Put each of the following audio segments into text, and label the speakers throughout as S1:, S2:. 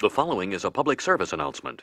S1: The following is a public service announcement.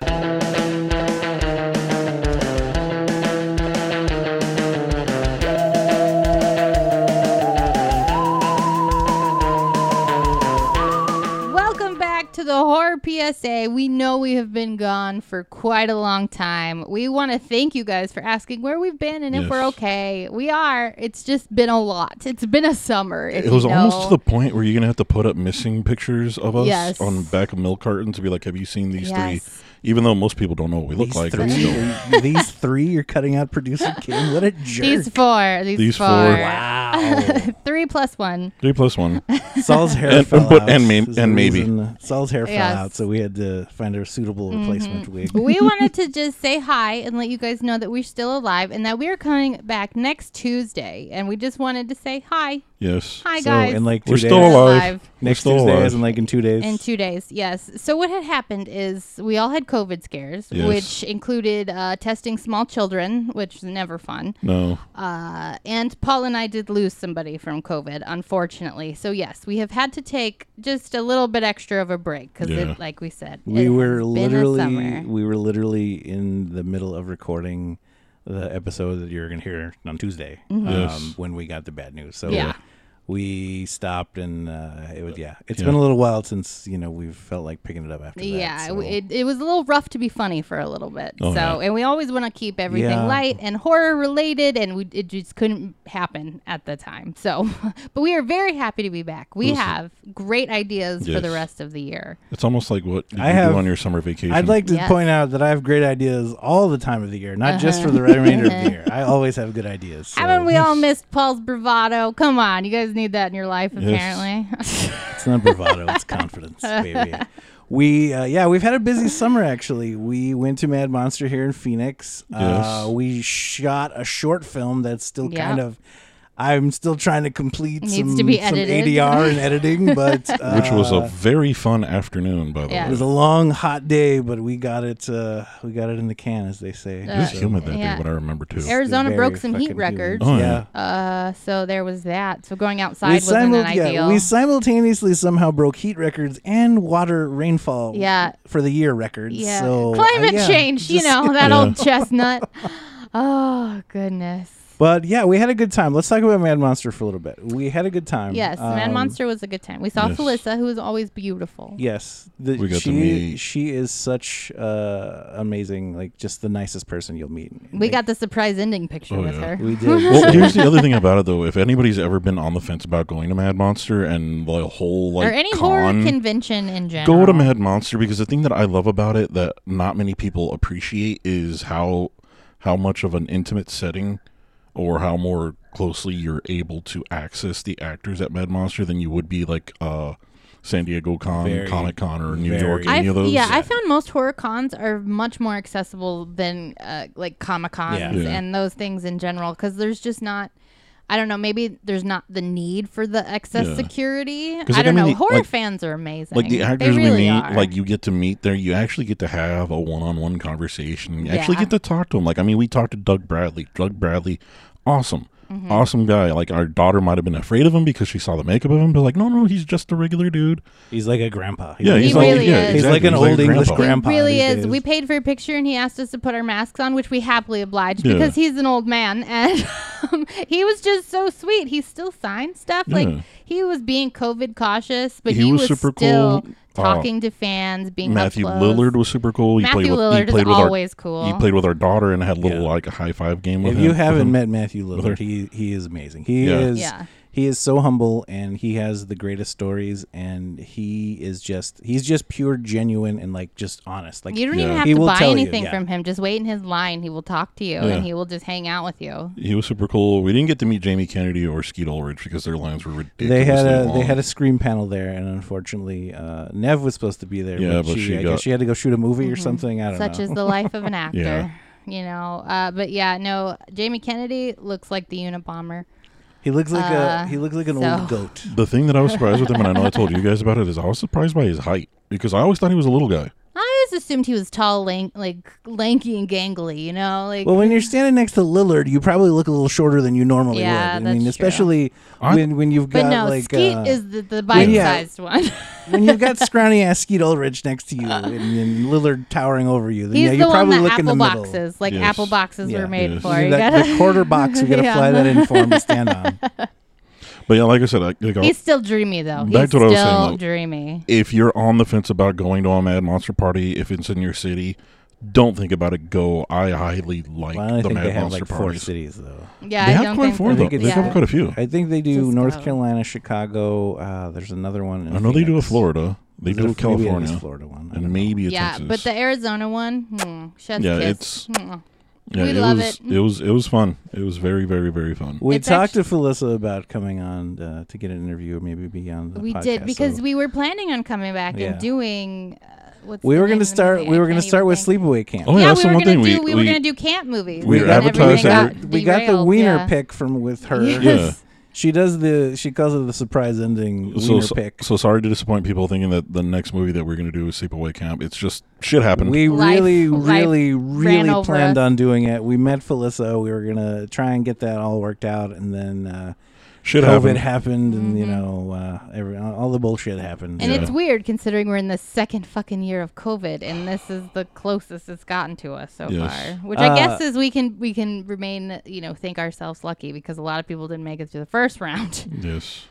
S2: Welcome back to the Horror PSA. We know we have been gone for quite a long time. We want to thank you guys for asking where we've been and if
S3: Yes.
S2: we're okay. We are. It's just been a lot. It's been a summer. if
S3: It was
S2: you
S3: almost
S2: know.
S3: to the point where you're gonna have to put up missing pictures of us
S2: Yes.
S3: on back of milk cartons to be like, "Have you seen these
S2: Yes.
S3: three? Even though most people don't know what we look
S4: These
S3: like, that's still-
S4: three, these three, you're cutting out producer Kim. What a jerk!
S2: These four. These,
S3: These
S2: four.
S3: four.
S4: wow,
S2: Three plus one.
S3: three plus one.
S4: Saul's hair
S3: And-
S4: fell
S3: and- but-
S4: out.
S3: and may-
S4: is the
S3: and maybe.
S4: reason- Saul's hair fell
S2: Yes. Mm-hmm.
S4: out, so we had to find a suitable replacement wig.
S2: we wanted to just say hi and let you guys know that we're still alive and that we're coming back next Tuesday. And we just wanted to say hi.
S3: Yes,
S2: Hi,
S4: So
S2: guys.
S4: in like two
S3: we're
S4: days,
S3: still alive.
S2: Alive.
S3: We're
S4: next
S3: still
S4: Tuesday,
S3: alive.
S4: as in like in two days.
S2: In two days, yes. So what had happened is we all had COVID scares,
S3: Yes.
S2: which included uh, testing small children, which is never fun.
S3: no,
S2: Uh, and Paul and I did lose somebody from COVID, unfortunately. So yes, we have had to take just a little bit extra of a break because,
S3: Yeah.
S2: like we said, it
S4: we
S2: has been
S4: were
S2: a
S4: literally,
S2: summer.
S4: we were literally in the middle of recording the episode that you're gonna hear on Tuesday um,
S3: Yes.
S4: when we got the bad news. So
S2: Mm-hmm. Yeah.
S4: we stopped and uh, it was yeah. It's
S3: Yeah.
S4: been a little while since you know we felt like picking it up after that.
S2: Yeah,
S4: so-
S2: it, it was a little rough to be funny for a little bit.
S3: Oh,
S2: so,
S3: yeah.
S2: and we always want to keep everything
S4: Yeah.
S2: light and horror related, and we it just couldn't happen at the time. So, but we are very happy to be back. We have great ideas for the
S3: Yes.
S2: rest of the year.
S3: it's almost like what you
S4: I have-
S3: do on your summer vacation.
S4: I'd like to
S2: Yes.
S4: point out that I have great ideas all the time of the year, not just for the remainder of the year. I always have good ideas. So
S2: Haven't Uh-huh. we all missed Paul's bravado? Come on, you guys need that in your life, apparently.
S4: It's not bravado, it's confidence, baby. We uh, yeah, we've had a busy summer actually. We went to Mad Monster here in Phoenix. Uh,
S3: Yes.
S4: we shot a short film that's still
S2: Yeah.
S4: kind of. I'm still trying to complete
S2: Needs
S4: some,
S2: to be
S4: some
S2: edited.
S4: ADR and editing, but uh,
S3: which was a very fun afternoon, by the
S2: Yeah.
S4: it
S3: way.
S4: was a long hot day, but we got it. Uh, we got it in the can, as they say.
S3: It was
S2: Uh,
S3: humid that
S2: yeah.
S3: day, what I remember too.
S2: Air- Arizona
S4: Very
S2: broke some heat
S4: fucking humid.
S2: records.
S3: Oh, yeah.
S4: yeah.
S2: uh, so there was that. So going outside wasn't an
S4: simul- yeah,
S2: ideal.
S4: we simultaneously somehow broke heat records and water rainfall
S2: Yeah.
S4: for the year records.
S2: Yeah.
S4: So uh,
S2: Climate
S4: yeah,
S2: change, you
S4: just-
S2: know, that
S3: Yeah.
S2: old chestnut. Oh, goodness.
S4: But yeah, we had a good time. Let's talk about Mad Monster for a little bit. We had a good time.
S2: Yes, Man
S4: Um,
S2: Monster was a good time. We saw
S3: yes.
S2: Felissa, who is always beautiful.
S4: Yes, the,
S3: We got to
S4: she,
S3: meet-
S4: She is such uh, amazing, like just the nicest person you'll meet.
S2: We got the surprise ending picture
S3: Oh,
S2: with
S3: yeah.
S2: her.
S4: We did.
S3: well, here's the other thing about it though. If anybody's ever been on the fence about going to Mad Monster and the whole like
S2: or any
S3: con,
S2: horror convention in general.
S3: go to Mad Monster because the thing that I love about it that not many people appreciate is how how much of an intimate setting or how more closely you're able to access the actors at Mad Monster than you would be like uh San Diego Con,
S4: Very,
S3: Comic Con, or New
S4: very-
S3: York,
S2: I
S3: any of those.
S2: yeah, I found most horror cons are much more accessible than uh, like comic cons
S4: Yeah.
S3: Yeah.
S2: and those things in general because there's just not. I don't know. Maybe there's not the need for the excess
S3: Yeah.
S2: security. I
S3: 'Cause, like,
S2: don't
S3: I
S2: know.
S3: mean, the-
S2: horror
S3: like-
S2: fans are amazing.
S3: like the actors
S2: they really
S3: we meet,
S2: are.
S3: like you get to meet there, you actually get to have a one-on-one conversation. You actually
S2: Yeah.
S3: get to talk to him. Like I mean, we talked to Doug Bradley. Doug Bradley, awesome,
S2: Mm-hmm.
S3: awesome guy. Like our daughter might have been afraid of him because she saw the makeup of him, but like, no, no, he's just a regular dude.
S4: He's like a grandpa.
S3: Yeah,
S2: He
S3: he's
S4: like,
S3: like,
S2: really
S3: yeah,
S2: is.
S3: exactly.
S2: He's
S4: like an
S3: a
S4: old English
S3: grandpa.
S4: grandpa
S2: He really
S4: these
S2: is.
S4: days.
S2: We paid for a picture and he asked us to put our masks on, which we happily obliged
S3: Yeah.
S2: because he's an old man and um, he was just so sweet. He still signed stuff.
S3: Yeah.
S2: Like he was being COVID cautious, but he,
S3: He
S2: was,
S3: was super
S2: still
S3: cool. Oh.
S2: talking to fans, being
S3: Matthew
S2: up close.
S3: Lillard was super cool. He
S2: Matthew
S3: played with,
S2: Lillard
S3: he
S2: is
S3: played with
S2: always
S3: our,
S2: cool.
S3: He played with our daughter and had a little
S4: Yeah.
S3: like a high five game with
S4: If
S3: him.
S4: you
S3: with
S4: haven't
S3: him.
S4: met Matthew Lillard,
S3: her.
S4: he he is amazing. He
S3: Yeah.
S4: is
S2: Yeah.
S4: he is so humble and he has the greatest stories and he is just he's just pure genuine and like just honest. Like
S2: You don't
S3: Yeah.
S2: even have
S4: He
S2: to
S4: will
S2: buy
S4: tell you,
S2: anything
S4: yeah.
S2: from him. Just wait in his line. He will talk to you
S3: Yeah.
S2: and he will just hang out with you.
S3: he was super cool. We didn't get to meet Jamie Kennedy or Skeet Ulrich because their lines were ridiculous.
S4: they had a
S3: long.
S4: they had a screen panel there and unfortunately uh, Nev was supposed to be there
S3: Yeah,
S4: but,
S3: but
S4: she,
S3: she
S4: I
S3: got-
S4: guess she had to go shoot a movie or something. I don't
S2: Mm-hmm. Such
S4: know.
S2: is the life of an actor.
S3: Yeah.
S2: You know, uh, but yeah, no. Jamie Kennedy looks like the Unabomber.
S4: he looks like
S2: uh,
S4: a he looks like an
S2: so-
S4: old goat.
S3: The thing that I was surprised with him, and I know I told you guys about it, is I was surprised by his height because I always thought he was a little guy.
S2: I always assumed he was tall, lank, like lanky and gangly. You know, like
S4: Well, when you're standing next to Lillard, you probably look a little shorter than you normally
S2: Yeah,
S4: would. I
S2: that's
S4: mean,
S2: true.
S4: especially
S3: I-
S4: when when you've
S2: but
S4: got
S2: no,
S4: like
S2: Skeet
S4: uh,
S2: is the, the
S4: yeah.
S2: bite-sized one.
S4: when you've got scrawny ass Skeet Ulrich next to you and, and Lillard towering over you, then
S2: Uh. He's
S4: yeah,
S2: the
S4: you're
S2: one
S4: probably
S2: that apple
S4: looking the middle.
S2: boxes, like
S3: Yes.
S2: apple boxes
S4: Yeah.
S2: were made
S3: Yes.
S2: for. You
S4: that,
S2: gotta-
S4: the quarter box, we gotta
S2: Yeah.
S4: fly that in for him to stand on.
S3: But yeah, like I said, I, like, I'll-
S2: He's still dreamy though.
S3: Back
S2: He's
S3: to
S2: still
S3: what I was saying, though.
S2: dreamy.
S3: if you're on the fence about going to a Mad Monster party, if it's in your city, don't think about it. Go. I highly like
S4: Well, I
S3: the
S4: think
S3: Mad
S4: they have
S3: Monster
S4: like four
S3: parties.
S4: cities though.
S2: Yeah,
S3: they
S2: I
S3: have
S2: don't
S3: quite
S2: think
S3: a few.
S4: I
S3: Though.
S4: think
S3: They
S4: it's-
S2: yeah.
S3: have quite a few.
S4: I think they do
S2: Just
S4: North
S2: go.
S4: Carolina, Chicago. Uh, there's another one. In
S3: I know they do a
S4: Phoenix.
S3: Florida. They
S4: There's
S3: do a
S4: a- maybe it is
S3: California,
S4: Florida one. I don't
S3: and
S4: know.
S3: maybe a
S2: yeah,
S3: Texas.
S2: but the Arizona one, hmm, chef's
S3: yeah,
S2: kiss.
S3: it's
S2: Mm.
S3: yeah,
S2: We
S3: it
S2: love
S3: was
S2: it.
S3: it was it was fun. It was very very very fun.
S4: We
S2: It's
S4: talked to Felissa about coming on uh, to get an interview, or maybe be on the
S2: we
S4: podcast,
S2: did because
S4: so-
S2: we were planning on coming back
S4: Yeah.
S2: and doing. Uh, what's
S4: we
S2: the
S4: were
S2: name
S4: going to
S2: of the
S4: start.
S2: movie?
S4: We
S2: I
S4: were going
S2: can't
S4: to start
S2: even
S4: with
S2: think.
S4: Sleepaway Camp.
S3: Oh yeah,
S2: yeah,
S3: that's
S2: we
S3: the
S2: were
S3: one
S2: gonna
S3: thing we
S2: do. We, were gonna do camp movies.
S3: we
S2: and then
S3: advertised
S2: everything
S3: that-
S2: got
S4: we got the
S2: derailed,
S4: wiener
S2: yeah.
S4: pick from with her.
S2: Yes.
S4: She does the. She calls it the surprise ending
S3: so,
S4: wiener
S3: so,
S4: pick.
S3: so sorry to disappoint people thinking that the next movie that we're going to do is Sleepaway Camp. It's just shit happened.
S4: We
S2: Life-
S4: really,
S2: life
S4: really,
S2: ran
S4: really
S2: over
S4: planned
S2: us.
S4: on doing it. We met Felissa. We were gonna try and get that all worked out, and then uh,
S3: shit
S4: COVID
S3: happened.
S4: happened, and you know, uh, every, all the bullshit happened.
S2: Mm-hmm. And
S4: Yeah.
S2: it's weird considering we're in the second fucking year of COVID, and this is the closest it's gotten to us so
S3: Yes.
S2: far. Which
S4: Uh,
S2: I guess is we can we can remain you know think ourselves lucky because a lot of people didn't make it through the first round.
S3: yes.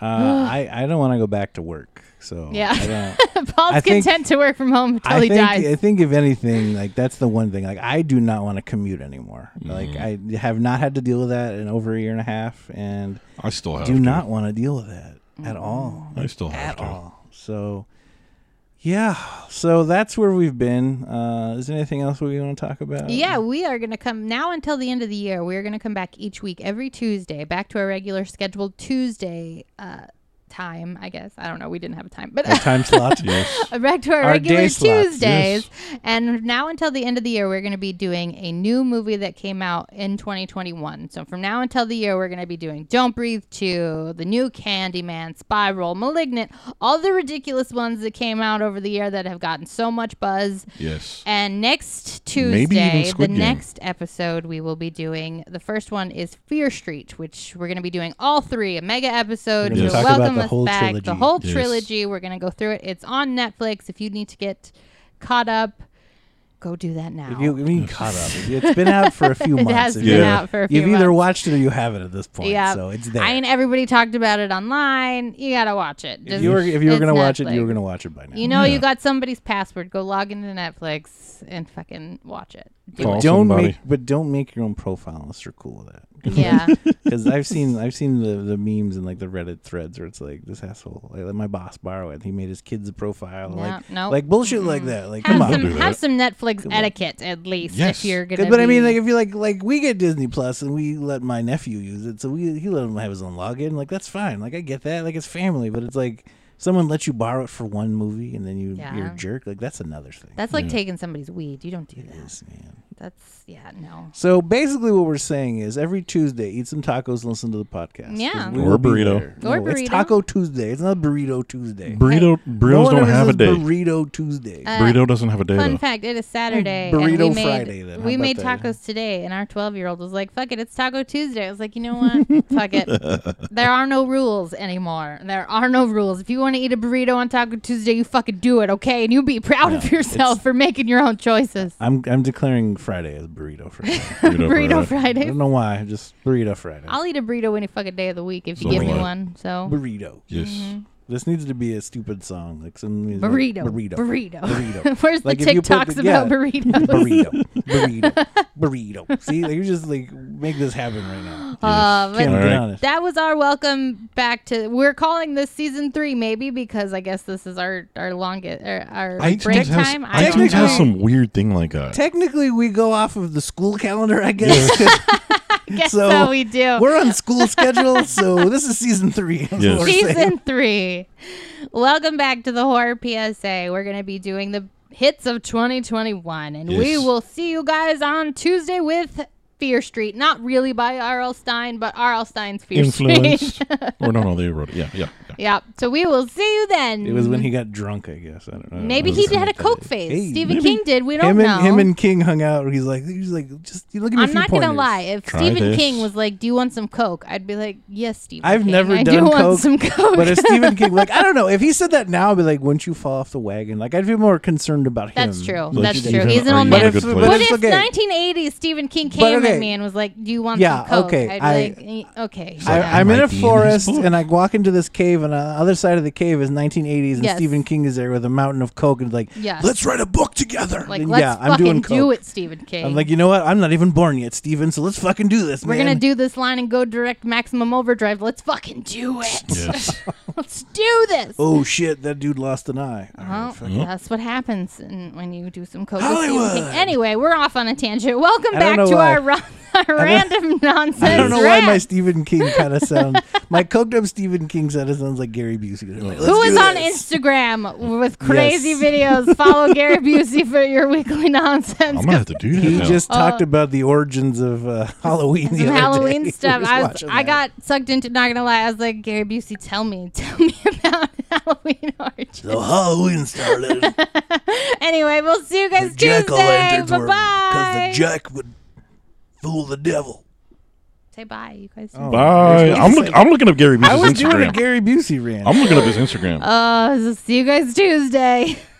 S4: uh, I, I don't want to go back to work. So
S2: Yeah.
S4: I don't.
S2: Paul's
S4: I think-
S2: content to work from home until
S4: I
S2: he
S4: think
S2: dies.
S4: I think if anything, like that's the one thing. Like I do not want to commute anymore. Like I
S3: Mm-hmm.
S4: have not had to deal with that in over a year and a half, and
S3: I still have
S4: do
S3: to.
S4: not want to deal with that
S2: Mm-hmm.
S4: at all.
S3: I still have
S4: at
S3: to.
S4: all. So, yeah. So that's where we've been. Uh, is there anything else we want to talk about?
S2: Yeah, we are going to come now until the end of the year. We are going to come back each week, every Tuesday, back to our regular scheduled Tuesday uh, time. I guess I don't know. We didn't have a time, but
S4: Our time slot.
S3: Yes.
S2: back to our,
S4: Our
S2: regular
S4: day slots,
S2: Tuesdays. And now until the end of the year, we're going to be doing a new movie that came out in 2021. So from now until the year, we're going to be doing Don't Breathe 2, The New Candyman, Spiral, Malignant, all the ridiculous ones that came out over the year that have gotten so much buzz.
S3: Yes.
S2: And next
S3: Maybe even
S2: Tuesday, the
S3: Squid Game.
S2: next episode we will be doing. The first one is Fear Street, which we're going to be doing all three, a mega episode.
S4: gonna
S2: You're
S4: talk about
S2: welcome
S4: the
S2: us
S4: whole
S2: back. The
S4: trilogy.
S2: whole
S3: Yes.
S2: trilogy. We're going to go through it. It's on Netflix. If you need to get caught up, go do that now.
S4: If you, I mean, caught up. It's been out for a few months.
S2: has
S4: If
S2: been
S4: you-
S2: out for a few
S4: You've either
S2: months.
S4: watched it or you haven't at this point.
S2: yeah,
S4: So it's there.
S2: I mean, everybody talked about it online. You gotta watch it.
S4: if you were, if you were
S2: it's
S4: going to watch it,
S2: Netflix.
S4: you were going to watch it by now.
S2: You know,
S3: Yeah.
S2: you got somebody's password. Go log into Netflix and fucking watch it. Do
S3: Call
S2: it.
S4: don't
S3: somebody.
S4: make, but don't make your own profile unless you're cool with that.
S2: Yeah.
S4: Because I've seen I've seen the, the memes and like the Reddit threads where it's like this asshole. I let my boss borrow it. He made his kids a profile.
S2: No,
S4: like
S2: no.
S4: like bullshit like that. Like
S2: have
S4: come
S2: some
S4: on.
S3: do that.
S2: have some Netflix etiquette at least if
S3: Yes.
S2: you're gonna.
S4: Good, but I mean,
S2: be-
S4: like if you like like we get Disney Plus and we let my nephew use it, so we he let him have his own login. Like that's fine. Like I get that. Like it's family, but it's like someone lets you borrow it for one movie and then you you're
S2: Yeah.
S4: a jerk. Like that's another thing.
S2: that's like taking somebody's weed. You don't do that.
S4: Yes, man.
S2: That's yeah, no.
S4: So basically, what we're saying is every Tuesday, eat some tacos, and listen to the podcast. 'Cause
S2: Yeah.
S4: we
S3: Or
S4: will be
S3: burrito.
S4: there.
S2: Or
S4: No,
S2: burrito.
S4: It's Taco Tuesday. It's not Burrito Tuesday.
S3: Burrito
S4: No
S3: burritos
S4: one
S3: don't
S4: ever
S3: have a
S4: says
S3: day.
S4: Burrito Tuesday.
S2: Uh,
S3: burrito doesn't have a day
S2: Fun
S3: though.
S2: fact: It is Saturday. and
S4: Burrito
S2: we made,
S4: Friday, then. How
S2: We
S4: about
S2: made
S4: that?
S2: tacos today, and our twelve-year-old was like, "Fuck it, it's Taco Tuesday." I was like, "You know what? Fuck it. There are no rules anymore. There are no rules. If you want to eat a burrito on Taco Tuesday, you fucking do it, okay? And you be proud of yourself for making your own choices."
S4: I'm I'm declaring Friday as Burrito Friday.
S3: Burrito
S2: burrito
S3: Friday.
S4: I
S2: Friday.
S4: don't know why. Just Burrito Friday.
S2: I'll eat a burrito any fucking day of the week if you
S3: So
S2: give
S3: will
S2: me
S3: I.
S2: one. So
S4: burrito.
S3: Yes.
S4: This needs to be a stupid song, like some like,
S2: Burrito.
S4: burrito,
S2: Burrito.
S4: burrito,
S2: Where's the
S4: Like, if you put
S2: TikToks
S4: the-
S2: about
S4: yeah.
S2: burritos?
S4: burrito, burrito, burrito. See, like, you just like make this happen right now.
S2: Uh, but
S4: Can't
S3: All
S4: get
S3: right.
S4: on it.
S2: that was our welcome back to. We're calling this season three, maybe because I guess this is our our longest our, our break
S3: iTunes has
S2: time. I don't
S3: iTunes has
S2: know.
S3: some weird thing like uh, that.
S4: Technically, we go off of the school calendar, I guess.
S2: Guess so,
S4: so
S2: we do.
S4: We're on school schedule, so this is season three. is what
S3: Yes.
S4: we're saying.
S2: season three. Welcome back to the horror PSA. We're gonna be doing the hits of 2021, and we
S3: Yes.
S2: will see you guys on Tuesday with. Fear Street, not really by R.L. Stein, but R.L. Stein's Fear Street.
S3: Influenced or no no they wrote it. Yeah, yeah, yeah.
S2: Yep. So we will see you then.
S4: It was when he got drunk, I guess. I don't know.
S2: Maybe
S4: It
S2: he
S4: was
S2: did had a
S4: something like
S2: coke
S4: that.
S2: face.
S4: Hey,
S2: Stephen
S4: maybe
S2: King did. We don't
S4: him
S2: know.
S4: and him and King hung out. He's like, he's like, just you know, give me a
S2: I'm
S4: few
S2: not gonna
S4: pointers."
S2: lie. If
S3: Try
S2: Stephen
S3: this.
S2: King was like, "Do you want some coke?" I'd be like, "Yes, Stephen."
S4: I've
S2: King.
S4: never
S2: I
S4: done
S2: do want
S4: coke,
S2: some coke.
S4: But if Stephen King, like, I don't know, if he said that now, I'd be like, wouldn't you fall off the wagon? Like, I'd be more concerned about him.
S2: That's true.
S3: Like,
S2: That's
S3: Stephen,
S2: true. He's an
S3: are
S2: old
S3: you in a
S4: But
S2: man.
S3: good
S4: if,
S3: place.
S4: but
S2: What
S4: if,
S2: if
S4: okay,
S2: 1980 Stephen King
S4: But
S2: came
S4: okay.
S2: at me and was like, "Do you want
S4: Yeah,
S2: some coke?"
S4: okay,
S2: I'd be
S4: I-
S2: like, "Eh, "Okay."
S4: I,
S2: yeah.
S4: I'm in
S3: Might
S4: a
S3: be in his
S4: forest
S3: book.
S4: and I walk into this cave, and on the other side of the cave is 1980s, and
S2: Yes.
S4: Stephen King is there with a mountain of coke, and like,
S2: Yes.
S4: let's write a book together.
S2: like,
S4: And
S2: let's
S4: yeah,
S2: fucking
S4: I'm doing coke.
S2: do it, Stephen King.
S4: I'm like, you know what? I'm not even born yet, Steven, so let's fucking do this,
S2: We're
S4: man.
S2: gonna do this line and go direct maximum overdrive. Let's fucking do it.
S3: Yes.
S2: Let's do this.
S4: Oh shit, that dude lost an eye. All right,
S2: Well,
S4: fuck.
S2: that's what happens in, when you do some coke. with Stephen
S4: Hollywood.
S2: King. Anyway, we're off on a tangent. Welcome
S4: I
S2: back
S4: don't know
S2: to
S4: why.
S2: our, ra- our random nonsense.
S4: I don't know why my
S2: rant.
S4: Stephen King kind of sounds. my coked up Stephen King kind of sounds like Gary Busey. Like,
S2: Who
S4: "Let's
S2: is
S4: do
S2: on
S4: this."
S2: Instagram with crazy
S4: Yes.
S2: videos? Follow Gary Busey for your weekly
S3: I'm
S2: nonsense.
S3: gonna have to do that.
S4: He
S3: now.
S4: just talked about the origins of uh, Halloween. The
S2: Some
S4: other
S2: Uh, Halloween
S4: day.
S2: stuff.
S4: We were
S2: I, was,
S4: watching
S2: I
S4: that.
S2: got sucked into. Not gonna lie, I was like, Gary Busey, tell me, tell me about Halloween origin.
S4: So Halloween started.
S2: Anyway, we'll see you guys
S4: Jack o'
S2: Tuesday.
S4: lanterns
S2: Bye
S4: were because
S2: bye.
S4: the Jack would fool the devil.
S2: Say bye, you guys.
S4: Oh.
S3: Bye. I'm look, I'm looking up Gary
S4: I was
S3: Busey's
S4: doing a
S3: Instagram.
S4: Gary Busey rant.
S3: I'm looking up his Instagram.
S2: Uh, see you guys Tuesday.